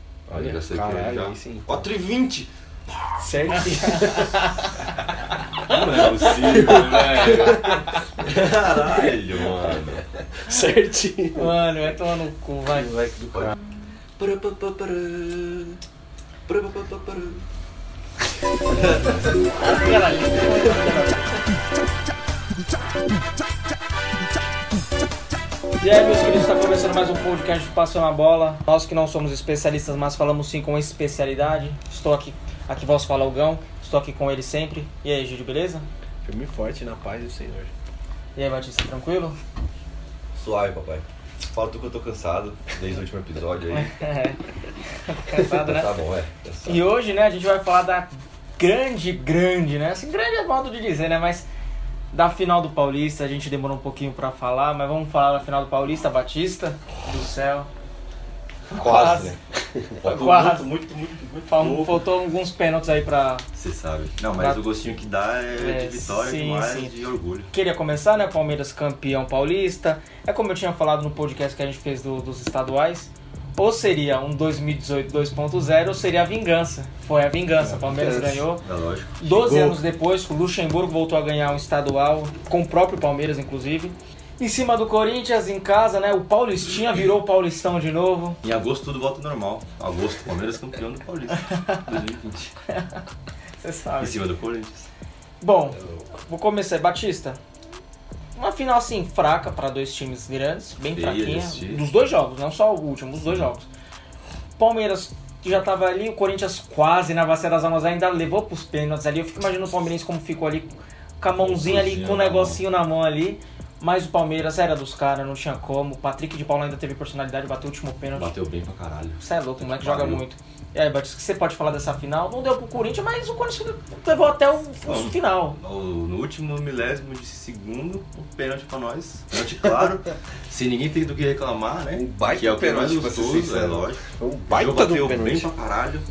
Aí Olha, já sei que é Caralho, já. aí sim. 4 e 20 Certo? Não é possível, velho. Caralho, mano. Certinho. Mano, vai tomar no cu, vai. Moleque do cara. E aí, meus queridos, está começando mais um podcast de Passando a Bola. Nós que não somos especialistas, mas falamos sim com especialidade. Estou aqui, aqui vos fala o Gão, estou aqui com ele sempre. E aí, Gide, beleza? Filme forte na paz do Senhor. E aí, Batista, tranquilo? Suave, papai. Fala tu que eu tô cansado desde o último episódio aí. Cansado, né? Tá bom, é. E hoje, né, a gente vai falar da grande, grande, né? Assim, grande é modo de dizer, né? Mas da final do Paulista, a gente demorou um pouquinho pra falar, mas vamos falar da final do Paulista, Batista, do céu. Quase, né? Foi Faltou quase. Muito, muito, muito, muito. Fal- pouco. Faltou alguns pênaltis aí pra. Você sabe. Não, mas Tá. o gostinho que dá é, É, de vitória, sim, demais, sim. de orgulho. Queria começar, né? Palmeiras campeão paulista. É como eu tinha falado no podcast que a gente fez do- dos estaduais. Ou seria um 2018 2.0 ou seria a vingança. Foi a vingança. Palmeiras vingança. ganhou. É lógico. 12 Gol. anos depois, o Luxemburgo voltou a ganhar um estadual, com o próprio Palmeiras, inclusive. Em cima do Corinthians, em casa, né? O Paulistinha virou Paulistão de novo. Em agosto tudo volta ao normal. Agosto, Palmeiras campeão do Paulista 2020. Você Em sabe. cima do Corinthians. Bom, vou começar. Batista, uma final assim, fraca para dois times grandes, bem Feia de fraquinha. assistir. Uhum. Dos dois jogos, não só o último, os dois jogos. Palmeiras já tava ali, o Corinthians quase na bacia das almas ainda levou pros pênaltis ali. Eu fico imaginando o Palmeirense como ficou ali, com a mãozinha ali, Mãozinha com o na negocinho na mão ali. Mas o Palmeiras era dos caras, não tinha como. O Patrick de Paula ainda teve personalidade, bateu o último pênalti. Bateu bem pra caralho. Você é louco, o moleque joga Valeu. muito. E aí, Batista, o que você pode falar dessa final? Não deu pro Corinthians, mas o Corinthians levou até o, o Bom. final. No no último milésimo de segundo, o pênalti pra nós. Pênalti claro. sem ninguém ter do que reclamar, né? Um baita que é o que é mais pênalti, pra ser gostoso, é sincero. lógico. Foi um o baita Gil do bateu bem pênalti. pra caralho.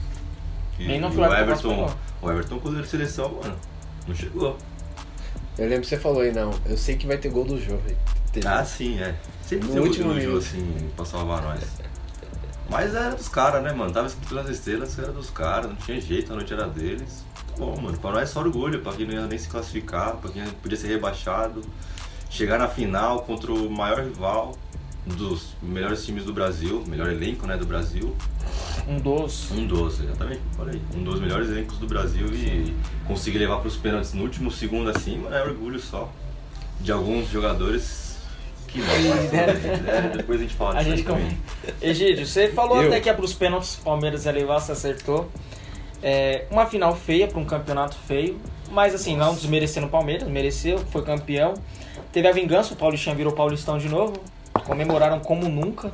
E Bem na o final, Everton, quase o Everton goleiro de seleção, mano, não chegou. Eu lembro que você falou aí, não. Eu sei que vai ter gol do jogo. Teve. Ah, sim, é. Sempre né? No tem um último último minuto. assim pra salvar nós. Mas era dos caras, né, mano? Tava escrito nas estrelas que era dos caras, não tinha jeito, a noite era deles. Tá bom, mano. Pra nós é só orgulho, pra quem não ia nem se classificar, pra quem podia ser rebaixado. Chegar na final contra o maior rival um dos melhores times do Brasil, melhor elenco, né, do Brasil. Um dos. Um dos, exatamente, falei. Um dos melhores elencos do Brasil e conseguir levar para os pênaltis no último segundo assim, mano, é orgulho só. De alguns jogadores que não, mas tudo bem, né? depois a gente fala É. A disso aí gente come. também. Egídio, você falou Eu? até que é pros pênaltis, o Palmeiras ia levar, você acertou. É, uma final feia pra um campeonato feio, mas assim, não desmerecendo o Palmeiras, mereceu, foi campeão. Teve a vingança, o Paulistinha virou Paulistão de novo, comemoraram como nunca.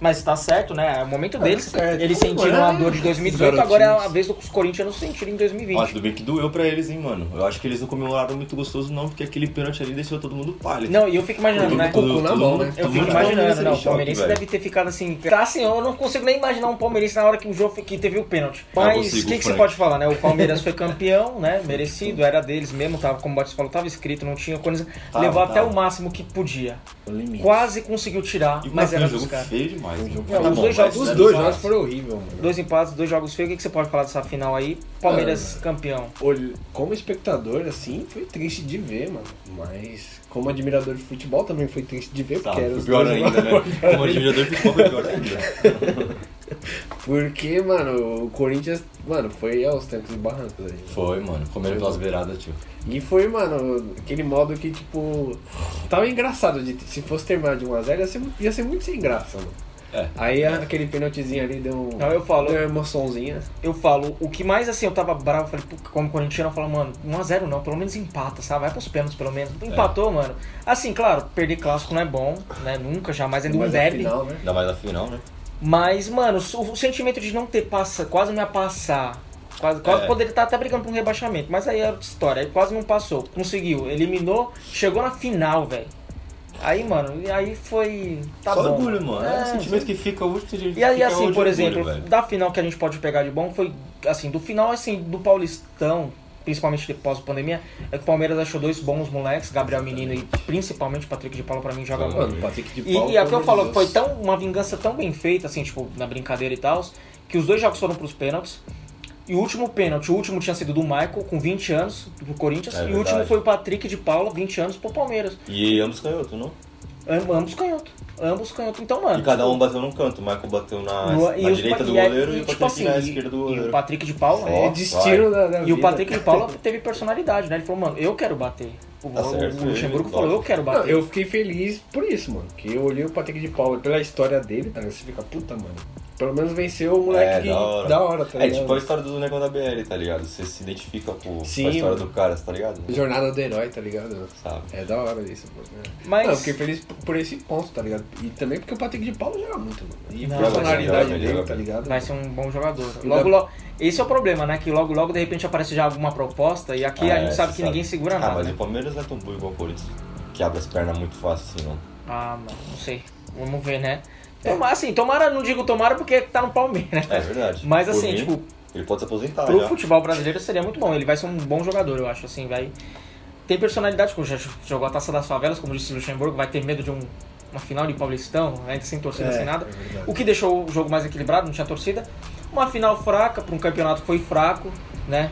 Mas tá certo, né? É o momento deles. certo. Eles sentiram a dor de 2018, Os agora é a garotinhos. vez dos corintianos sentirem em 2020. Ó, tudo bem que doeu pra eles, hein, mano. Eu acho que eles não comemoraram muito gostoso, não, porque aquele pênalti ali deixou todo mundo pálido. Não, e eu fico imaginando, né? com o cu na mão, né? Eu Todo fico mundo imaginando, não. O o Palmeirense deve ter ficado assim. Tá assim, eu não consigo nem imaginar um Palmeirense na hora que o jogo foi- que teve o pênalti. Não Mas o consigo, que, que você Ah, Frank. pode falar, né? O Palmeiras foi campeão, né? Merecido, era deles mesmo, tava, como o Batista falou, tava escrito, não tinha coisa. Tava, levou até tava. o máximo que podia. O um limite. Quase conseguiu tirar, E mas mas era um dos jogo caras. feio demais. mano. jogo Tá feio. bom, Os mas dois jogos- Os era dois dos jogos caras. foram horríveis, mano. Dois empates, dois jogos feios. O que que você pode falar dessa final aí? Palmeiras campeão. Olhe- Como espectador, assim, foi triste de ver, mano. Mas como admirador de futebol também foi triste de ver, Tá, porque era foi os pior dois ainda, né? jogadores. Como admirador de futebol, foi pior ainda. Porque, mano, o Corinthians, mano, foi aos tempos e barrancos aí. mano. Foi, mano. Comendo pelas beiradas, tio. E foi, mano, aquele modo que, tipo, tava engraçado. De, se fosse terminar de 1x0, ia ser, mu- ia ser muito sem graça, mano. É. Aí a- aquele pênaltizinho ali deu, um, Não, eu falo. deu uma emoçãozinha. Eu falo, o que mais assim, eu tava bravo, falei, "Pô, como corintiano, eu falo, mano, 1x0 não, pelo menos empata, sabe? Vai pros pênaltis, pelo menos. É. Empatou, mano. Assim, claro, perder clássico não é bom, né? Nunca, jamais, ainda um Mas derby. afinal, né? Ainda mais na final, né? Mas, mano, o, o sentimento de não ter passa, quase não ia passar. Quase, quase É. poderia estar até brigando por um rebaixamento, mas aí é outra história. Aí quase não passou, conseguiu, eliminou, chegou na final, velho. Aí, mano, e aí foi. Tá Só bom. orgulho, mano. É, É, o sentimento que fica é o último E aí, assim, por exemplo, da final que a gente pode pegar de bom foi, assim, do final, assim, do Paulistão, principalmente depois da pandemia, é que o Palmeiras achou dois bons moleques, Gabriel Menino e principalmente Patrick de Paula, pra mim, joga muito. Mano, o Patrick de E, Paulo. e é o que eu pelo amor de falo, Deus. foi tão, uma vingança tão bem feita, assim, tipo, na brincadeira e tal, que os dois jogos foram pros pênaltis. E o último pênalti, o último tinha sido do Michael, com 20 anos, pro Corinthians. É e o último verdade. foi o Patrick de Paula, 20 anos, pro Palmeiras. E ambos canhoto, não? Am- ambos canhoto. Ambos canhoto. Então, mano. E cada um bateu num canto. O Michael bateu na, no- Ah, na os- direita do e aí- goleiro e, e, o tipo Patrick assim, na e- esquerda do E o goleiro. Patrick de Paula. Ó, É destino da, da E o vida. Patrick de Paula teve personalidade, né? Ele falou, mano, eu quero bater. O, Tá o- certo, o Luxemburgo ele falou, gosta. eu quero Não, bater. eu fiquei feliz por isso, mano. Que eu olhei o Patrick de Paula pela história dele, tá? ligado? Você fica, puta, mano. Pelo menos venceu o moleque É, que- da hora. tá É ligado? tipo a história do negão da BL, tá ligado? Você se identifica com, com Sim, a história mano. do cara, tá ligado? Jornada do herói, tá ligado? Sabe? É da hora isso, mano. né? Mas- Não, eu fiquei feliz por por esse ponto, tá ligado? E também porque o Patrick de Paulo joga muito, mano. E Não, a personalidade joga, ele dele, joga. tá ligado? Vai ser um bom jogador. Ainda- Logo, logo. Esse é o problema, né? Que logo, logo, de repente, aparece já alguma proposta e aqui Ah, a gente é, sabe você que ninguém segura Ah, nada. mas né? o Palmeiras não é tão bom igual o Corinthians, que abre as pernas muito fácil assim, não. Ah, mano, não sei. Vamos ver, né? Tomara, assim, tomara, não digo tomara porque tá no Palmeiras. É verdade. Mas Por assim, mim, tipo, Ele pode se aposentar Tá, pro já. futebol brasileiro seria muito bom. Ele vai ser um bom jogador, eu acho, assim, vai. Tem personalidade, como já jogou a taça das favelas, como disse o Luxemburgo, vai ter medo de um- uma final de Paulistão, ainda sem torcida, É, sem nada. é verdade. o que deixou o jogo mais equilibrado, não tinha torcida. Uma final fraca para um campeonato que foi fraco, né?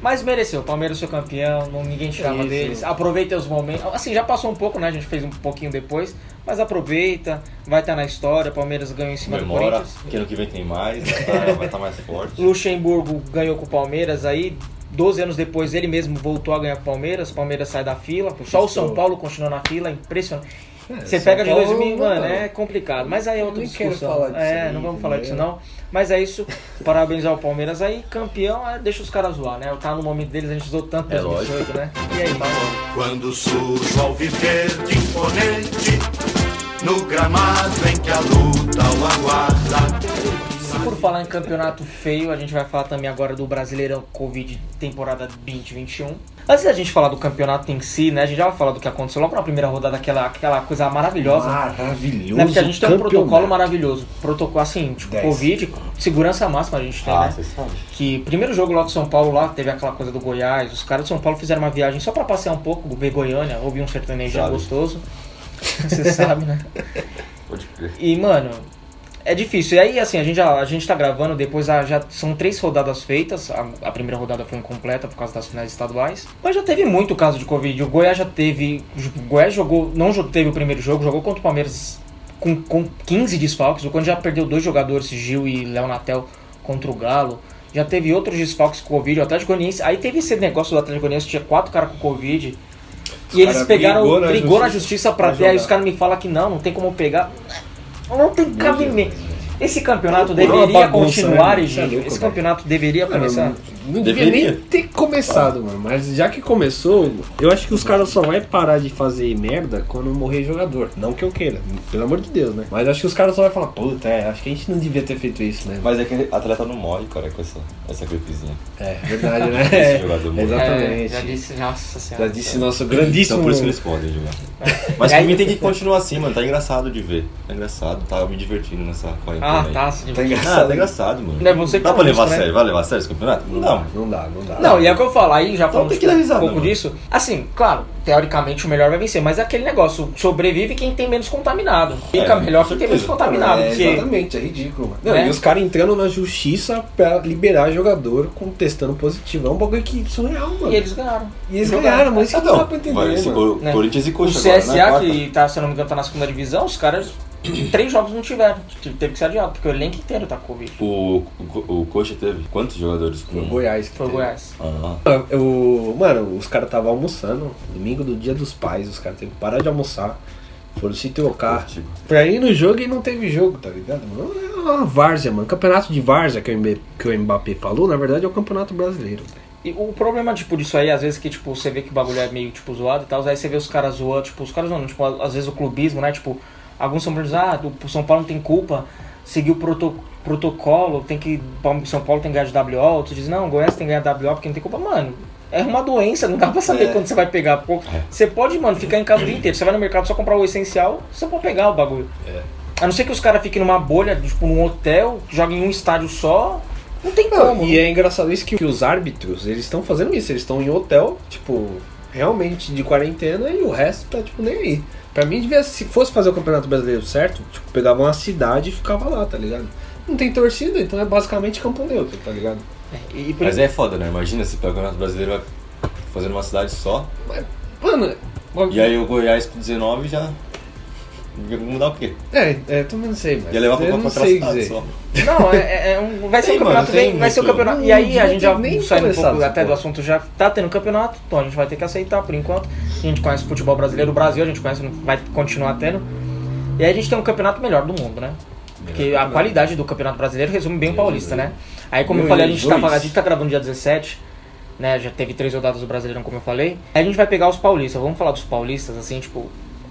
Mas mereceu, o Palmeiras foi campeão, não, ninguém tirava Isso. deles. Aproveita os momentos. Assim, já passou um pouco, né? A gente fez um pouquinho depois, mas aproveita, vai estar na história. O Palmeiras ganhou em cima do Comemora, Corinthians. que ano que vem tem mais, vai tá- vai estar mais forte. Luxemburgo ganhou com o Palmeiras aí. 12 anos depois ele mesmo voltou a ganhar com o Palmeiras, o Palmeiras sai da fila, só o São Estou. Paulo continua na fila, É impressionante. Você É, São pega de Paulo, 2000, mano, não. é complicado, mas aí é Eu outra nem quero discussão. falar disso é, aí, não vamos falar disso entendeu? não, mas é isso, parabéns ao Palmeiras aí, campeão, é, deixa os caras zoar, né? Tá no momento deles, a gente zoou tanto em É 2018, né? E aí, tá bom. Quando surge o alviverde imponente No gramado em que a luta o aguarda E por falar em campeonato feio, a gente vai falar também agora do Brasileirão Covid temporada 2021. Antes da gente falar do campeonato em si, né? A gente já vai falar do que aconteceu logo na primeira rodada, aquela, aquela coisa maravilhosa. Maravilhoso. Né? Porque a gente tem um campeonato. protocolo maravilhoso. Protocolo assim, tipo, Dez. Covid, segurança máxima a gente tem, Ah, né? você sabe. Que primeiro jogo lá do São Paulo, lá teve aquela coisa do Goiás. Os caras do São Paulo fizeram uma viagem só pra passear um pouco, ver Goiânia, ouvir um sertanejo Sabe. gostoso. Você sabe, né? Pode crer. E, mano, é difícil. E aí, assim, a gente, já, a gente tá gravando, depois ah, já são três rodadas feitas. A, a primeira rodada foi incompleta por causa das finais estaduais. Mas já teve muito caso de Covid. O Goiás já teve. O Goiás jogou. Não jo- teve o primeiro jogo, jogou contra o Palmeiras com, com 15 desfalques. O Corinthians já perdeu dois jogadores, Gil e Léo Natel, contra o Galo. Já teve outros desfalques com Covid, o Atlético Goianiense. Aí teve esse negócio do Atlético Goianiense, tinha quatro caras com Covid. E eles cara pegaram, brigou brigou na, na justiça pra pra ter, aí jogar. os caras me falam que não, não tem como pegar. Não tem cabimento. Esse campeonato Virou uma deveria bagunça, continuar, né? né? Isso é louco, Esse velho. campeonato deveria Mano, começar. Não devia Deveria. nem ter começado, mano. Mas já que começou, eu acho que os caras só vão parar de fazer merda quando morrer jogador. Não que eu queira, pelo amor de Deus, né? Mas acho que os caras só vão falar, puta, é, acho que a gente não devia ter feito isso, né? Mas é que atleta não morre, cara, com essa, essa gripezinha. É, verdade, né? Esse jogador morre. exatamente. É, já disse, nossa senhora. Já disse nosso grandíssimo. Então por isso que eles podem jogar. É. Mas pra mim tem que continuar assim, mano. Tá engraçado de ver. Tá engraçado, tá me divertindo nessa quarentena Ah, aí. tá. sim. Tá Ah, engraçado. tá engraçado, mano. Não é você que Dá tá pra levar a nisso, né? sério? Vai levar a sério esse campeonato? Não. Não dá, não dá. Não, e é o que eu falo, aí já Então falando tem que dar risada, um pouco mano. disso. Assim, claro, teoricamente o melhor vai vencer, mas é aquele negócio, sobrevive quem tem menos contaminado. Fica É, melhor com quem tem certeza. menos contaminado. É, Ah, porque- exatamente, é ridículo, mano. Não, Né? E os caras entrando na justiça pra liberar jogador com testando positivo. É um bagulho que surreal, mano. E eles ganharam. E eles Jogaram. Ah, ganharam, mas isso que dá pra entender, Tá vai ser mano. Cor- Né? Corinthians e O Coxa agora, CSA, né? Quarta. que tá, se eu não me engano, tá na segunda divisão, os caras, três jogos não tiveram. Teve que ser adiado, porque o elenco inteiro tá com Covid. O, o, o Coxa teve quantos jogadores? Foi o Com... Goiás que Foi o teve. Goiás. Ah, Eu, mano, os caras estavam almoçando, domingo do dia dos pais, os caras teve que parar de almoçar, foram se trocar. Curitiba. Pra ir no jogo e não teve jogo, tá ligado? Mano, é uma várzea, mano. Campeonato de várzea que o, Mbe- que o Mbappé falou, na verdade é o campeonato brasileiro. E o problema, tipo, disso aí, às vezes que, tipo, você vê que o bagulho é meio, tipo, zoado e tal, aí você vê os caras zoando, tipo, os caras zoando, tipo, às vezes o clubismo, né, tipo, alguns são Paulo ah, o São Paulo não tem culpa, seguiu o proto- protocolo, tem que, São Paulo tem que ganhar de WO, outros dizem, não, Goiás tem que ganhar de WO porque não tem culpa, mano, é uma doença, não dá pra saber É. quando você vai pegar, pô, você pode, mano, ficar em casa o dia inteiro, você vai no mercado só comprar o essencial, só pra pegar o bagulho. A não ser que os caras fiquem numa bolha, tipo, num hotel, joguem em um estádio só, não tem Não, como. e é engraçado isso que, que os árbitros, eles estão fazendo isso, eles estão em hotel, tipo, realmente de quarentena e o resto tá, tipo, nem aí. Pra mim, devia, se fosse fazer o Campeonato Brasileiro certo, tipo, pegava uma cidade e ficava lá, tá ligado? não tem torcida, então é basicamente campo neutro, tá ligado? E, e por- Mas é foda, né? Imagina se o Campeonato Brasileiro vai fazer numa cidade só. Mano, o- E aí o Goiás com 19 já. Mudar o quê? é, é, também não sei, mas Ia levar pra eu não pra sei cidade dizer. só. Não, é- é, é um, vai ser um Tem, mano, campeonato tem bem. Vai ser um muito. campeonato. E Não, aí a não gente já nem saindo um começado pouco essa até do porra. assunto, já tá tendo campeonato, então a gente vai ter que aceitar por enquanto. A gente conhece o futebol brasileiro, o Brasil, a gente conhece, vai continuar tendo. E aí a gente tem um campeonato melhor do mundo, né? Porque a qualidade do campeonato brasileiro resume bem o paulista, né? Aí, como eu Meu falei, a gente, tá, Jesus. falando- a gente tá gravando dia 17, né? Já teve três rodadas do brasileiro, como eu falei. Aí a gente vai pegar os paulistas, vamos falar dos paulistas, assim, tipo.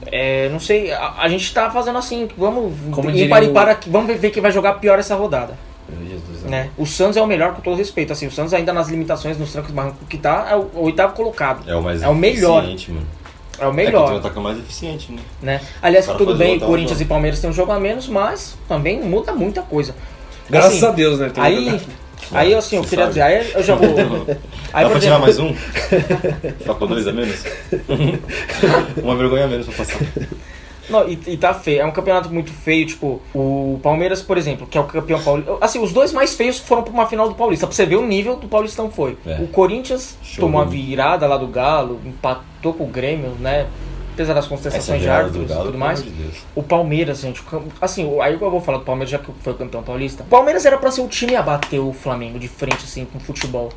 é, não sei, a, a gente tá fazendo assim, vamos Como diria ímpar e o- para aqui, vamos ver- ver quem vai jogar pior essa rodada Meu Jesus. né? O Santos é o melhor com todo respeito. Assim, o Santos ainda nas limitações, nos trancos e barrancos que tá, é o, o oitavo colocado. É o mais É o melhor. eficiente, mano. É o É que tem melhor, um ataque mais eficiente, né? né? Aliás, Para tudo fazer bem, voltar o Corinthians e jogo. Palmeiras têm um jogo a menos, mas também muda muita coisa. Graças Assim, a Deus, né? tem um Aí, campeonato. aí assim, eu Você queria sabe. dizer, aí eu já vou... Aí, Dá pra por tirar exemplo, mais um? Ficar com dois a menos? Uma vergonha a menos pra passar. Não, e, e tá feio. É um campeonato muito feio. Tipo, o Palmeiras, por exemplo, que é o campeão paulista. Assim, os dois mais feios foram pra uma final do Paulista. Pra você ver o nível do Paulistão foi. É. O Corinthians Show. tomou a virada lá do Galo, empatou com o Grêmio, né? Apesar das contestações de virada do árbitros e Galo, tudo pelo mais. amor de Deus. O Palmeiras, gente, o cam- assim, o- aí eu vou falar do Palmeiras já que foi campeão paulista. O Palmeiras era pra ser o time a bater o Flamengo de frente, assim, com futebol.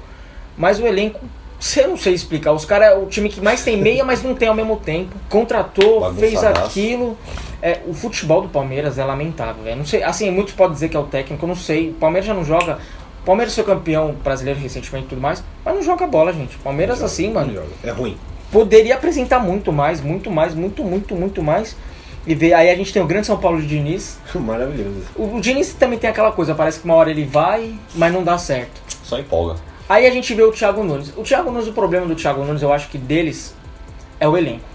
Mas o elenco, você não sei explicar. Os caras, é o time que mais tem meia, mas não tem ao mesmo tempo. Contratou, fez Bagunçadaço. aquilo. É, o futebol do Palmeiras é lamentável, velho. Não sei, assim, muitos podem dizer que é o técnico, eu não sei. O Palmeiras já não joga. O Palmeiras foi campeão brasileiro recentemente e tudo mais, mas não joga bola, gente. O Palmeiras, assim, mano, É ruim. poderia apresentar muito mais, muito mais, muito, muito, muito mais. E ver, aí a gente tem o grande São Paulo de Diniz. Maravilhoso. O, o Diniz também tem aquela coisa, parece que uma hora ele vai, mas não dá certo. Só empolga. Aí a gente vê o Thiago Nunes. O Thiago Nunes, o problema do Thiago Nunes, eu acho que deles é o elenco.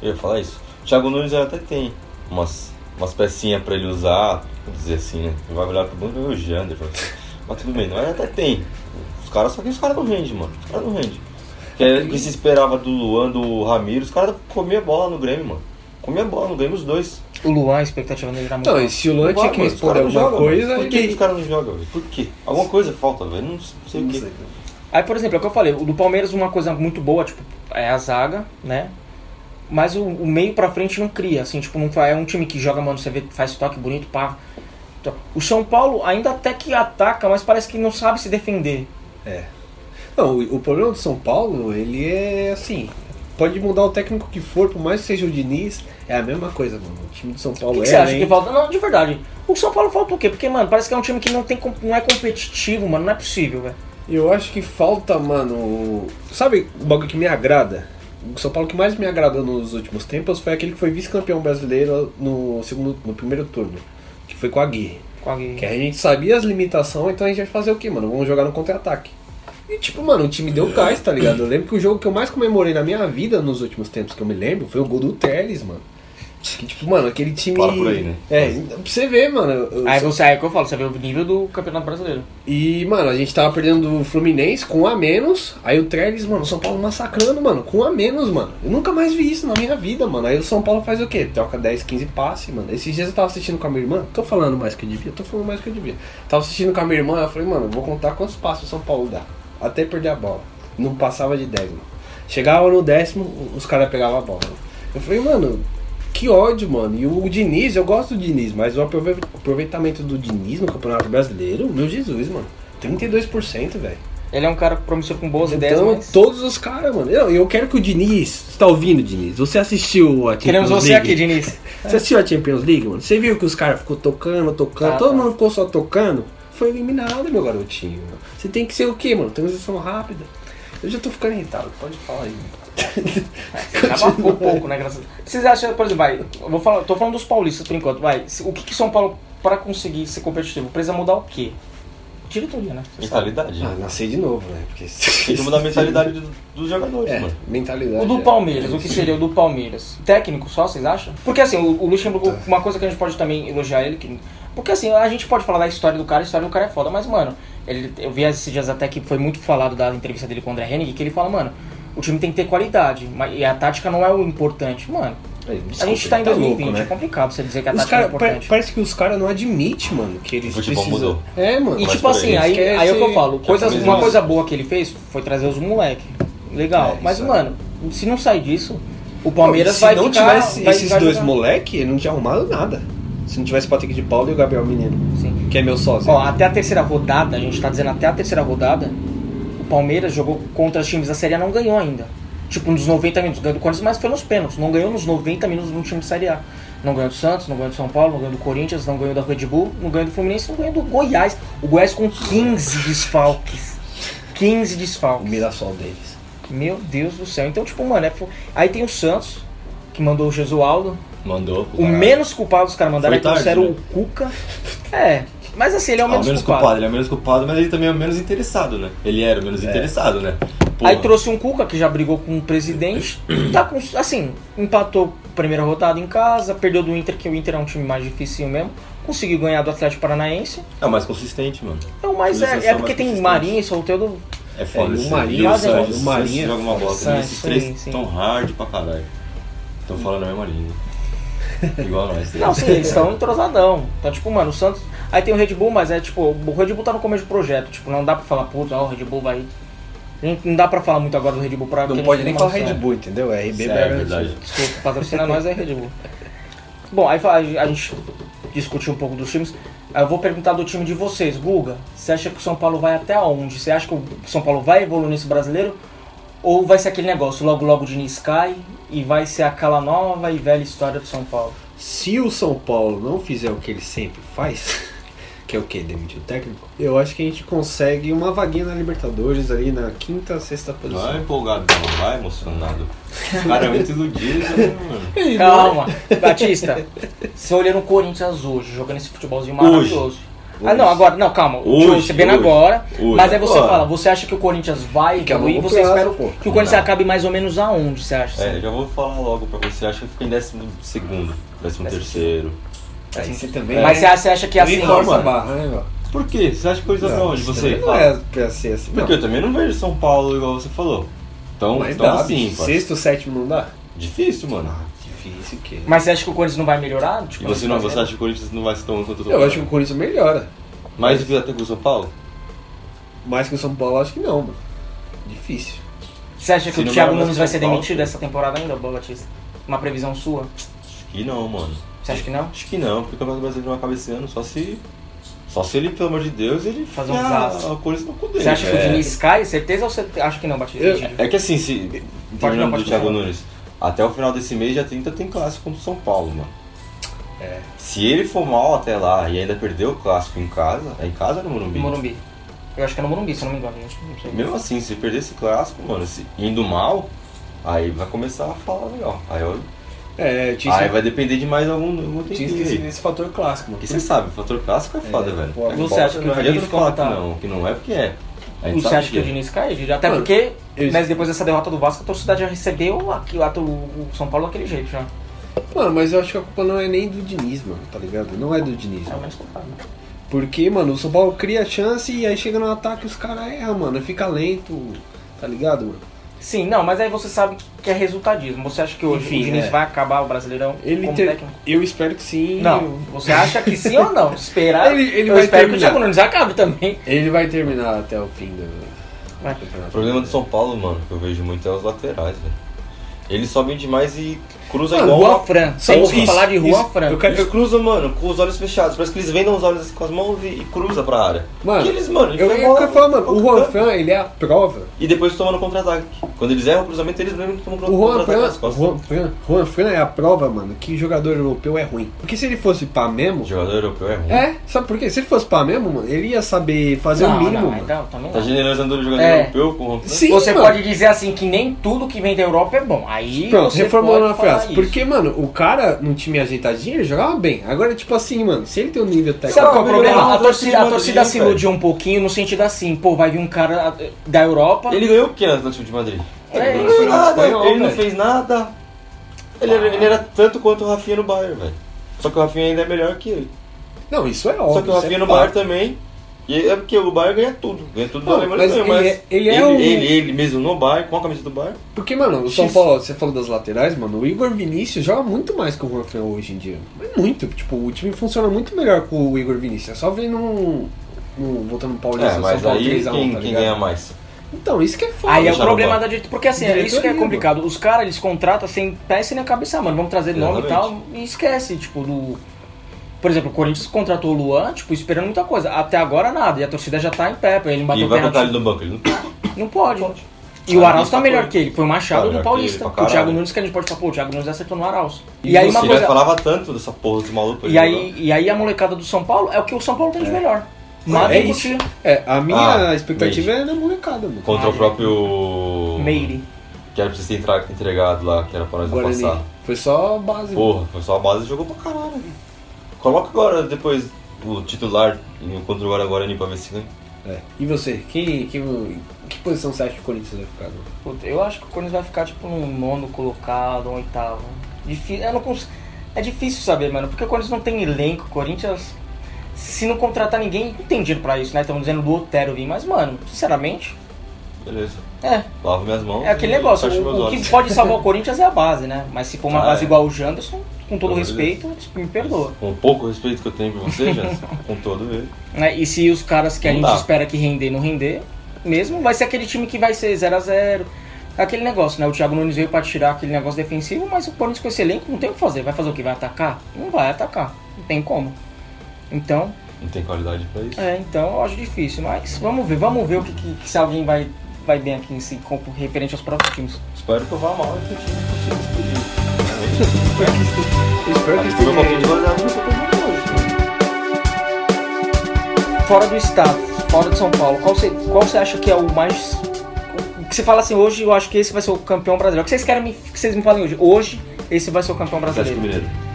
Eu ia falar isso. O Thiago Nunes até tem umas, umas pecinhas pra ele usar, vou dizer assim, né? Ele vai olhar pro mundo e ver o Jander. assim, Mas tudo bem, não é? Até tem. Os caras, só que os caras não rendem, mano. Os caras não rendem. Que, é, o que se esperava do Luan, do Ramiro, os caras comiam bola no Grêmio, mano. Comia bola no Grêmio, os dois. O Luan, a expectativa dele era muito. Então, alta. e se o Luan tinha que Mano, os responder caras não alguma jogam, mano. coisa, Por que ele- os caras não jogam, velho? Por quê? Alguma coisa falta, velho. Não sei o Não quê. sei. Aí, por exemplo, é o que eu falei, o do Palmeiras uma coisa muito boa, tipo, é a zaga, né? Mas o, o meio pra frente não cria, assim, tipo, não, fa- é um time que joga, mano, você vê, faz toque bonito, pá. Então, O São Paulo ainda até que ataca, mas parece que não sabe se defender. Não, o, o problema do São Paulo, ele é assim. Pode mudar o técnico que for, por mais que seja o Diniz, é a mesma coisa, mano. O time do São O Paulo que, que é. você acha que lento. falta? Não, de verdade. O São Paulo falta o quê? Porque, mano, parece que é um time que não, tem, com- não é competitivo, mano. Não é possível, velho. Eu acho que falta, mano. o- Sabe o bagulho que me agrada? O São Paulo que mais me agradou nos últimos tempos foi aquele que foi vice-campeão brasileiro no, segundo, no primeiro turno, que foi com a Aguirre. Com alguém. Que a gente sabia as limitações, então a gente vai fazer o quê, mano? Vamos jogar no contra-ataque. E tipo, mano, o time É. deu gás, tá ligado? Eu lembro que o jogo que eu mais comemorei na minha vida nos últimos tempos que eu me lembro foi o gol do Teles, mano. Que tipo, mano, aquele time. Para por aí, né? É, pra você ver, mano. eu- Aí você, aí é o que eu falo, você vê o nível do Campeonato Brasileiro. E, mano, a gente tava perdendo o Fluminense com um a menos. Aí o Trellis, mano, o São Paulo massacrando, mano, com um a menos, mano. Eu nunca mais vi isso na minha vida, mano. Aí o São Paulo faz o quê? Troca 10, 15 passes, mano. Esses dias eu tava assistindo com a minha irmã. Tô falando mais que eu devia, tô falando mais que eu devia. Tava assistindo com a minha irmã, eu falei, mano, eu vou contar quantos passos o São Paulo dá. Até perder a bola. Não passava de 10, mano. Chegava no décimo, os caras pegavam a bola. Eu falei, mano, que ódio, mano. E o Diniz, eu gosto do Diniz, mas o aprove- aproveitamento do Diniz no Campeonato Brasileiro, meu Jesus, mano. 32%, velho. Ele é um cara promissor com boas ideias, Então, mas... todos os caras, mano. Eu, eu quero que o Diniz. Você tá ouvindo, Diniz? Você assistiu a Champions Queremos você League? aqui, Diniz. Você assistiu a Champions League, mano? Você viu que os caras ficou tocando, tocando, Ah, todo tá. mundo ficou só tocando? Foi eliminado, meu garotinho. Você tem que ser o quê, mano? Transição rápida. Eu já tô ficando irritado, pode falar aí. Abafou um pouco, né, graças Vocês acham, por exemplo, vai, eu vou falar, tô falando dos paulistas por enquanto, vai. se- O que que São Paulo, pra conseguir ser competitivo, precisa mudar o quê? Diretoria, né? Vocês sabem. Mentalidade. Ah, nasci de novo, né? Porque. Tem que mudar a mentalidade do- dos jogadores, É, mano. mentalidade. O do é. Palmeiras, o que seria o do Palmeiras? Técnico só, vocês acham? Porque assim, o, o Luxemburgo, É. uma coisa que a gente pode também elogiar ele, que, porque assim, a gente pode falar da história do cara, a história do cara é foda, mas mano, ele, eu vi esses dias até que foi muito falado da entrevista dele com o André Henning, que ele fala, mano, o time tem que ter qualidade, mas, e a tática não é o importante, mano. Aí, A gente desculpa, tá em 2020, louco, né? é complicado você dizer que a Os tática cara, é importante. pa- parece que os caras não admitem, mano, que eles O futebol precisam. mudou. É, mano. E Mas tipo assim, peraí, aí, esquece- aí é o que eu falo, coisas, também uma não- coisa boa que ele fez foi trazer os moleque. Legal. É, mas, isso aí. mano, se não sai disso, o Palmeiras se vai não ficar, tivesse vai esses vai dois jogar. moleque, ele não tinha arrumado nada. Se não tivesse Patrick de Paulo e o Gabriel Menino, Sim. que é meu sócio. Ó, até a terceira rodada, a gente tá dizendo até a terceira rodada, o Palmeiras jogou contra os times da Série A não ganhou ainda. Tipo, nos 90 minutos ganhou do Corinthians, mas foi nos pênaltis. Não ganhou nos 90 minutos de um time de Série A. Não ganhou do Santos, não ganhou do São Paulo, não ganhou do Corinthians, não ganhou da Red Bull, não ganhou do Fluminense, não ganhou do Goiás. O Goiás com 15 desfalques. 15 o desfalques. Mirassol deles. Meu Deus do céu. Então, tipo, mano, é... fo- aí tem o Santos, que mandou o Jesualdo. Mandou. pro O caralho. menos culpado dos caras mandaram é Foi que trouxeram tarde, o Cuca. É, mas assim, ele é o Ah, o menos, culpado. ele é o menos culpado, mas ele também é o menos interessado, né? Ele era o menos interessado, né? Porra. É. Aí trouxe um Cuca que já brigou com o presidente. Tá com. Assim, empatou a primeira rodada em casa, perdeu do Inter, que o Inter é um time mais difícil mesmo. Conseguiu ganhar do Atlético Paranaense. É o mais consistente, mano. Então, mas Eles é, são é porque mais tem consistentes. Marinho, Solteiro. É foda. É, e o esse- Marinho e é o foda, Sanches, o Marinho é joga uma bola. Sanches, Esses três sim, sim. tão hard pra caralho. Tão falando a mesma língua. Igual nós. Não, sim, eles estão entrosadão. Então, tipo, mano, o Santos. Aí tem o Red Bull, mas é tipo, o Red Bull tá no começo do projeto. Tipo, não dá pra falar, puta, ó, o Red Bull vai. Não- Não dá pra falar muito agora do Red Bull pra porque Não eles pode têm nem uma falar noção. Red Bull, entendeu? É RB Isso é verdade. né? Desculpa, patrocina nós é Red Bull. Bom, aí fa- a gente discutiu um pouco dos times. Aí eu vou perguntar do time de vocês. Guga, você acha que o São Paulo vai até onde? Você acha que o São Paulo vai evoluir nesse brasileiro? Ou vai ser aquele negócio, logo logo de Sky e vai ser aquela nova e velha história do São Paulo? Se o São Paulo não fizer o que ele sempre faz, que é o quê? Demitir o técnico? Eu acho que a gente consegue uma vaguinha na Libertadores ali na quinta, sexta posição. Vai empolgado, não. Vai emocionado. O cara é muito iludido, né, mano? É Calma, Batista, você olhando o Corinthians hoje, jogando esse futebolzinho Hoje. maravilhoso. Ah, não, agora, não, calma. Hoje, você vendo hoje, agora. hoje. mas aí você Agora. fala, você acha que o Corinthians vai Que é evoluir? longo Você prazo, espera pô. que o Corinthians Não. acabe mais ou menos aonde, você acha? É, já vou falar logo pra você. Acho que fica em décimo segundo, décimo terceiro. Aí você também. Mas você acha- você acha que é assim? nem força a mano. barra, né, mano? Por quê? Você acha que coisa pra onde? isso Você também não fala. é pra ser assim. Porque eu também não vejo São Paulo igual você falou. Então, Mas então dá, assim, bicho. pô. sexto, sétimo não dá? Difícil, mano. Ah, Difícil que. Mas você acha que o Corinthians não vai melhorar? Tipo, E você não você vai acha que o Corinthians não vai se tomando quanto Eu acho que o Corinthians melhora. Mais do que até com o São Paulo? Mais que o São Paulo, acho que não, mano. Difícil. Você acha que Se o não Thiago melhorar, Nunes vai ser São Paulo, demitido sim. essa temporada ainda, Bola Batista? Uma previsão sua? Acho que não, mano. Você acha que não? Acho que não, porque o Campeonato Brasileiro não é acaba esse ano, só se. Só se ele, pelo amor de Deus, ele Fazer um enfiar desastre. a coisa no cu dele. Você acha que o é. Diniz cai? Certeza ou você acha que não, Batista? Eu- Entendi. É que assim, se. Terminando pode do Thiago continuar. Nunes, até o final desse mês, dia 30, tem clássico contra o São Paulo, mano. É. Se ele for mal até lá e ainda perder o clássico em casa, é em casa ou no Morumbi? No Morumbi. Eu acho que é no Morumbi, se eu não me engano. gente. Não sei. Mesmo assim, se perder esse clássico, mano, se indo mal, aí vai começar a falar legal. Aí, eu- É, eu tinha aí esquecido- vai depender de mais algum, algum eu tinha tempinho aí. esquecido esse fator clássico, mano. Porque você sabe, o fator clássico é foda, velho. foda. É Você foda, acha que o não adianta Diniz não falar que contratar? não, que não é porque é. A gente Você sabe acha que o Diniz cai? Gigi? Até Mano, porque, eu- mas depois dessa derrota do Vasco, a torcida já recebeu aquilo, a- o São Paulo daquele jeito já. Mano, mas eu acho que a culpa não é nem do Diniz, mano, tá ligado? Não é do Diniz. É o mano. menos culpado. Porque, mano, o São Paulo cria chance e aí chega no ataque os caras erram, mano. Fica lento, tá ligado, mano? Sim, não, mas aí você sabe que é resultadismo. Você acha que hoje Enfim, o Diniz é. vai acabar o Brasileirão Ele como ter- técnico? Eu espero que sim. Não, você acha que sim ou não? Esperar. Ele- ele eu vai espero que o terminar. Thiago Nunes acabe também. Ele vai terminar até o fim do Vai. O campeonato. problema do São Paulo, mano, que eu vejo muito é os laterais, velho. Eles sobem demais e cruzam Mano, igual. Juan uma- Fran. Só Temos que isso, falar de Juan isso. Fran. Eu quero- Eles cruzam, mano, com os olhos fechados. Parece que eles vendam os olhos assim com as mãos e, e cruza pra área. Mano, que eles, mano, Eu, enfiam a eu bola quero falar, mano, o no Juan canto Fran, ele é a prova. E depois tomam no contra-ataque. Quando eles erram o cruzamento, eles mesmos tomam O Juan contra-ataque nas Fran, costas. Juan, Fran, Juan Fran é a prova, mano, que jogador europeu é ruim. Porque se ele fosse pá mesmo. O jogador europeu é ruim. É, sabe por quê? Se ele fosse pá mesmo, mano, ele ia saber fazer não, é o mínimo, não, mano. então, também Tá não. generalizando o jogador É. europeu com o Juan Fran? Sim, Você mano. pode dizer assim que nem tudo que vem da Europa é bom. Aí Pronto, você reformulando pode a falar frase. isso. Porque, mano, o cara num time ajeitadinho, ele jogava bem. Agora, tipo assim, mano, se ele tem um nível técnico. Sabe qual é o Não, problema? A não, torcida, a não, torcida não, se não, ilude um pouquinho no sentido assim, pô, vai vir um cara eh, da Europa. Ele ganhou o que no Atlético de Madrid? É, ele ele não fez ganhou nada, do espanhol, ele não velho. fez nada. Ele, era, ele era tanto quanto o Rafinha no Bayern, velho. Só que o Rafinha ainda é melhor que ele. Não, isso é Só óbvio. que o isso é Rafinha no fato. Bayern também E é porque o Bayern ganha tudo. Ganha tudo Pô, da Alemanha mas também, ele mas é- ele é o- ele, ele mesmo no Bayern, com a camisa do Bayern. Porque, mano, o São X. Paulo, você falou das laterais, mano, o Igor Vinícius joga muito mais que o Juan Fran hoje em dia. Mas muito, tipo, o time funciona muito melhor com o Igor Vinícius. É só ver no. no voltando no Paulista, É, mas São Paulo aí 3x1, quem, tá quem ligado? ganha mais? Então, isso que é foda. Aí é o Deixa problema rolar. da direita, porque assim, é isso que é Diretoria, complicado. Os caras, eles contratam sem pé e sem nem cabeça, mano, vamos trazer nome e tal, Exatamente. e esquece, tipo, do... Por exemplo, o Corinthians contratou o Luan, tipo, esperando muita coisa. Até agora nada, e a torcida já tá em pé, pra ele E bateu o vai botar pênalti. ele no banco, ele não Não pode. pode. E o Ah, Arauz isso tá tá melhor bom. que ele, foi um Tá melhor machado do que ele, Paulista. pra O Thiago caralho. Nunes que a gente pode falar, pô, o Thiago Nunes acertou no Arauz. E, E aí você uma Esse já coisa... falava tanto dessa porra desse maluco. E aí, e aí a molecada do São Paulo é o que o São Paulo tem de melhor. Mata é e isso. curtir. É, a minha Ah, expectativa é na molecada, mano. Contra o próprio. Meire. Que era pra você ter entra- entregado lá, que era pra nós não Guarani. passar. Foi só base. Porra, foi só a base e jogou pra caralho. velho. Coloca agora depois o titular e contra o Guarani pra ver se ganha. É. E você? Quem, quem, que posição você acha que o Corinthians vai ficar? mano? Puta, eu acho que o Corinthians vai ficar tipo no nono colocado, um oitavo. Difí- eu não cons- É difícil saber, mano, porque o Corinthians não tem elenco. O Corinthians, se não contratar ninguém, não tem dinheiro pra isso, né? Estamos dizendo do Otero vir, mas, mano, sinceramente, Beleza. é. Lavo minhas mãos. É aquele e negócio. fecho meus O, o olhos. que pode salvar o Corinthians é a base, né? Mas se for uma Ah, base é. igual o Janderson, com todo Pelo amor de respeito, me perdoa. Com o pouco respeito que eu tenho por você, Jans, com todo ele. Né? E se os caras que a Não gente dá. espera que render não render, mesmo, vai ser aquele time que vai ser 0 a 0 Aquele negócio, né? O Thiago Nunes veio pra tirar aquele negócio defensivo, mas o Corinthians com esse elenco não tem o que fazer. Vai fazer o que? Vai atacar? Não vai atacar. Não tem como. Então, Não tem qualidade pra isso. é, então eu acho difícil, mas vamos ver, vamos ver o que, que- se alguém vai, vai bem aqui em si, com- referente aos próprios times. Espero que eu vá mal e que o time consiga explodir. Eu espero que Acho que o meu palpite esteja... vai dar muito pra Fora do estado, fora de São Paulo, qual você qual você acha que é o mais. O que você fala assim, hoje eu acho que esse vai ser o campeão brasileiro. O que vocês querem me, que vocês me falem hoje? Hoje, esse vai ser o campeão Atlético brasileiro. Mineiro.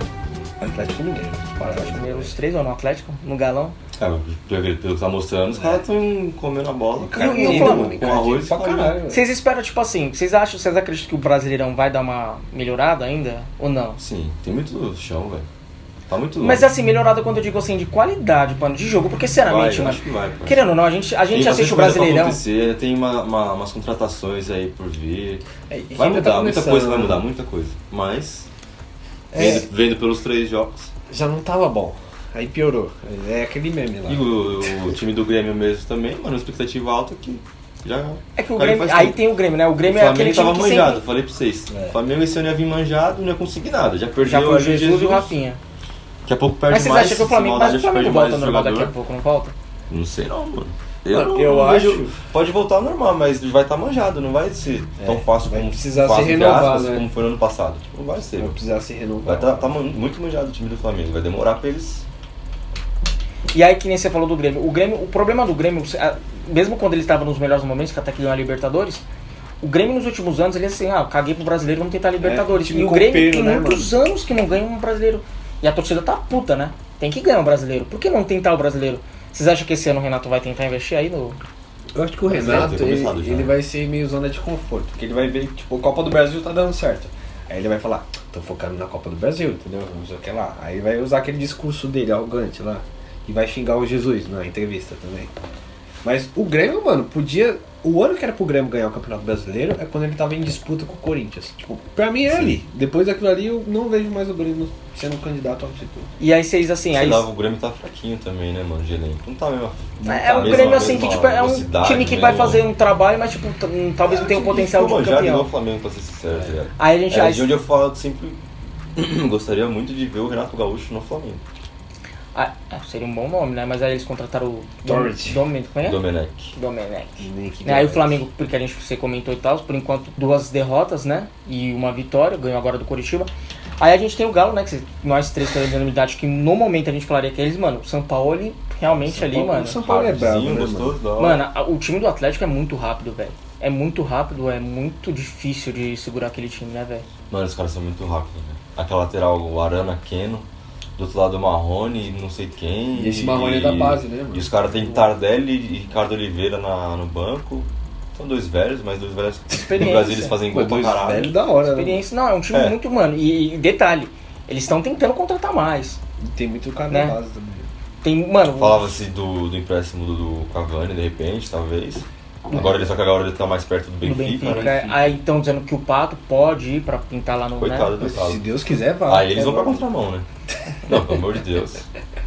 Atlético Mineiro. Atlético Mineiro, os três ou no Atlético? No galão? É, mas pelo, pelo que tá mostrando, os caras tão comendo a bola. E o- e o comendo Flamengo? Com arroz e pra farinha. caralho. velho. Vocês esperam, tipo assim, vocês acham, vocês acreditam que o brasileirão vai dar uma melhorada ainda? Ou não? Sim, tem muito chão, velho. Tá muito longe. Mas assim, melhorada quando eu digo assim, de qualidade, mano, de jogo, porque Vai, sinceramente, mano. acho que vai, pô. Querendo ou não, a gente, a gente Tem assiste o bastante coisa pra brasileirão. acontecer, Tem uma- uma- umas contratações aí por vir. É, e Vai ainda mudar, tá muita começando, coisa vai né? mudar, muita coisa. Mas, É. vendo, vendo pelos três jogos. Já não tava bom. Aí piorou. É aquele meme Tá. lá. E o, o time do Grêmio mesmo também, mano, expectativa alta que já. É que o cara Grêmio. faz Aí tudo. tem o Grêmio, né? O O Grêmio é Flamengo aquele time tava que manjado, sempre. falei pra vocês. É. O Flamengo esse ano ia vir manjado não ia conseguir nada. Já perdeu Já foi o o Jesus, e o Rafinha. Daqui a pouco perde Mas vocês mais. acham que o se Flamengo. maldade, Mas o acho que Flamengo perde volta mais normal daqui a jogador. pouco, não volta? Não sei não, mano. Mano, não- eu não acho- pode voltar ao normal, mas vai estar manjado, não vai ser É, tão fácil vai como precisar fácil, se entre aspas, renovar, né? como foi no ano passado. Tipo, não vai ser. Vai mano. precisar se Vai renovar. tá, tá man- muito manjado o time do Flamengo, vai demorar pra eles. E aí que nem você falou do Grêmio. O Grêmio, o problema do Grêmio, você- ah, mesmo quando ele estava nos melhores momentos, que até que ganhou a Libertadores, o Grêmio nos últimos anos ele é assim, ah, caguei pro brasileiro, vamos É, tentar a Libertadores. time e o Grêmio copeiro, tem né, muitos anos que não ganha um brasileiro. E a torcida tá puta, né? Tem que ganhar o brasileiro. Por que não tentar o brasileiro? Vocês acham que esse ano o Renato vai tentar investir aí no. Eu acho que o Mas Renato, deve ter ele, começado já, ele né? vai ser meio zona de conforto, porque ele vai ver, tipo, a Copa do Brasil tá dando certo. Aí ele vai falar, tô focando na Copa do Brasil, entendeu? Não sei o que lá. Aí vai usar aquele discurso dele, arrogante lá, e vai xingar o Jesus na entrevista também. Mas o Grêmio, mano, podia. O ano que era pro Grêmio ganhar o Campeonato Brasileiro é quando ele tava em disputa com o Corinthians. Tipo, pra mim é ali. Depois daquilo ali, eu não vejo mais o Grêmio sendo candidato ao título. E aí vocês assim, Sei aí. lá, o Grêmio tá fraquinho também, né, mano, de elenco. Não tá mesmo. É é um Mesma- Grêmio assim que mesma tipo, é um velocidade, time que né, vai o- fazer um trabalho, mas tipo, t- hum, talvez não tenha o Ficou potencial de manjado igual o campeão. Flamengo, pra ser sincero, tá ligado? Aí a gente Era aí- de onde eu falo sempre. Gostaria muito de ver o Renato Gaúcho no Flamengo. Ah, é, seria um bom nome, né? Mas aí eles contrataram o Torres. Domenech. como é? Domenech. Domenech. Nem que- Né, Aí o Flamengo, porque a gente você comentou e tal, por enquanto duas derrotas, né? E uma vitória, ganhou agora do Curitiba. Aí a gente tem o Galo, né? Que cê- nós três temos a unidade que no momento a gente falaria que é eles, mano, o São Paulo ele realmente ali, Paulo- mano. o São Paulo é brabo, né, Sim, mano? gostoso da hora. Mano, a- o time do Atlético é muito rápido, velho. É muito rápido, é muito difícil de segurar aquele time, né, velho? Mano, os caras são muito rápidos, né? Aquela lateral, o Arana, Keno. Do outro lado, o Marrone, não sei quem. E esse Marrone é da base, né, mano? E os caras têm Tardelli e Ricardo Oliveira na- no banco. São dois velhos, mas dois velhos que no Experiência. Brasil eles fazem Pô, gol pra dois caralho. velhos da hora, né? Experiência, não, é um time É. muito, mano. E, e detalhe, eles estão tentando contratar mais. E tem muito cara Né? na base também. Tem, mano, Falava-se do, do empréstimo do, do Cavani, de repente, talvez. Agora ele só que agora ele tá mais perto do no Benfica, Benfica. né? é. Aí estão dizendo que o Pato pode ir pra pintar lá no. Coitado né? do Se Galo. Deus quiser, vai. Aí eles é vão pra contramão, né? Não, pelo amor de Deus.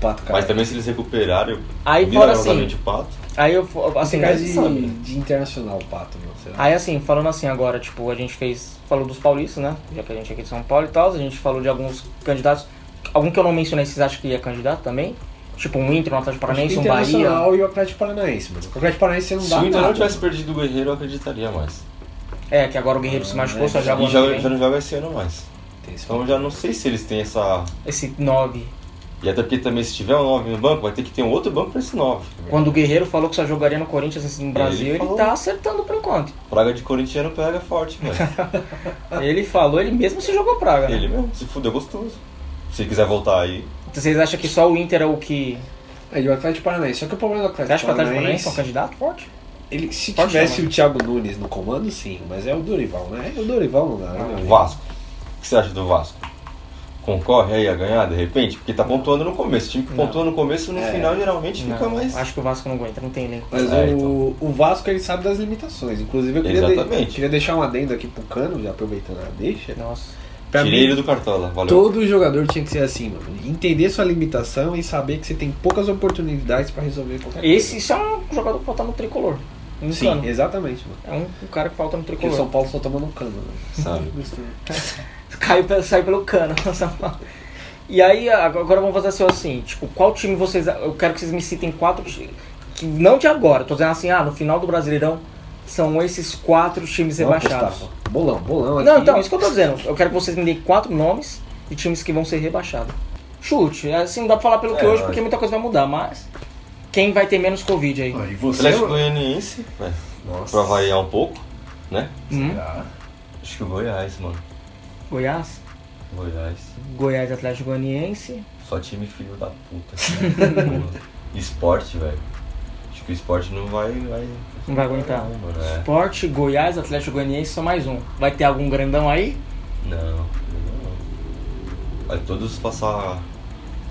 Pato, cara. Mas também se eles recuperarem, eu- Aí fora assim. milagrosamente o Pato. Aí eu fo- assim, Cara aí- de, de internacional, o Pato, meu. Será? Aí assim, falando assim agora, tipo, a gente fez. Falou dos paulistas, né? Já que a gente é aqui de São Paulo e tal, a gente falou de alguns candidatos. Algum que eu não mencionei, vocês acham que é candidato também? Tipo um Inter, um Atlético Paranaense, é um Bahia. internacional e o Atlético Paranaense, mano. O Atlético Paranaense você não Se dá o Inter não nada. tivesse perdido o Guerreiro, eu acreditaria mais. É, que agora o Guerreiro se machucou, só joga É, E ano que já, vem. já não joga esse ano mais. Tem esse Então eu já não sei se eles têm essa. Esse 9. E até porque também se tiver um 9 no banco, vai ter que ter um outro banco pra esse 9. Quando o Guerreiro falou que só jogaria no Corinthians assim, no Brasil, ele, falou. tá acertando por enquanto. Praga de corintiano pega forte, velho. Ele falou, ele mesmo se jogou praga, né? Ele mesmo, se fudeu gostoso. Se quiser voltar aí, Então, vocês acham que só o Inter é o que. Aí É, o Atlético Paranaense. Só que o problema do Você acha Atlético que o Atlético Paranaense é um Paranaense. candidato forte? Ele, se Pode tivesse chamar. o Thiago Nunes no comando, sim, mas é o Dorival, né? É o Dorival não dá. né? o Ah, Vasco. O que você acha do Vasco? Concorre aí a ganhar de repente? Porque tá pontuando no começo. O time que Não. pontua no começo, no É. final, geralmente fica Não, mais. Acho que o Vasco não aguenta, não tem elenco. Mas É, o, o Vasco ele sabe das limitações. Inclusive eu queria, de- Exatamente. queria deixar um adendo aqui pro Cano, já aproveitando a deixa. Nossa. Pra Tirei mim, ele do Cartola, valeu. Todo jogador tinha que ser assim, mano. Entender sua limitação e saber que você tem poucas oportunidades pra resolver qualquer Esse isso é um jogador que falta no tricolor. coisa. Insano. Sim, exatamente, mano. É um, um cara que falta no Porque o São tricolor. Paulo só tomando um cano, né? Sabe? Caiu, pelo- saiu pelo cano. São Paulo. e aí, agora vamos fazer assim, assim, tipo, qual time vocês... Eu quero que vocês me citem quatro times. Não de agora, tô dizendo assim, ah, no final do Brasileirão são esses quatro times Não, rebaixados. Gustavo. Bolão, bolão. Não, aqui. então, isso que eu tô dizendo. Eu quero que vocês me deem quatro nomes de times que vão ser rebaixados. Chute, assim, não dá pra falar pelo É, que hoje, eu porque acho. muita coisa vai mudar, mas... Quem vai ter menos Covid aí? Ah, e O você? Atlético mano? Goianiense, velho, Nossa. pra variar um pouco, né? Hum? Ah, Acho que o Goiás, mano. Goiás? Goiás. Goiás Atlético Goianiense. Só time filho da puta. Porra. esporte, velho. Acho que o esporte não vai. vai... Não vai aguentar. Não, mano, é. Esporte, Goiás, Atlético Goianiense, só mais um. Vai ter algum grandão aí? Não, não. Vai todos passar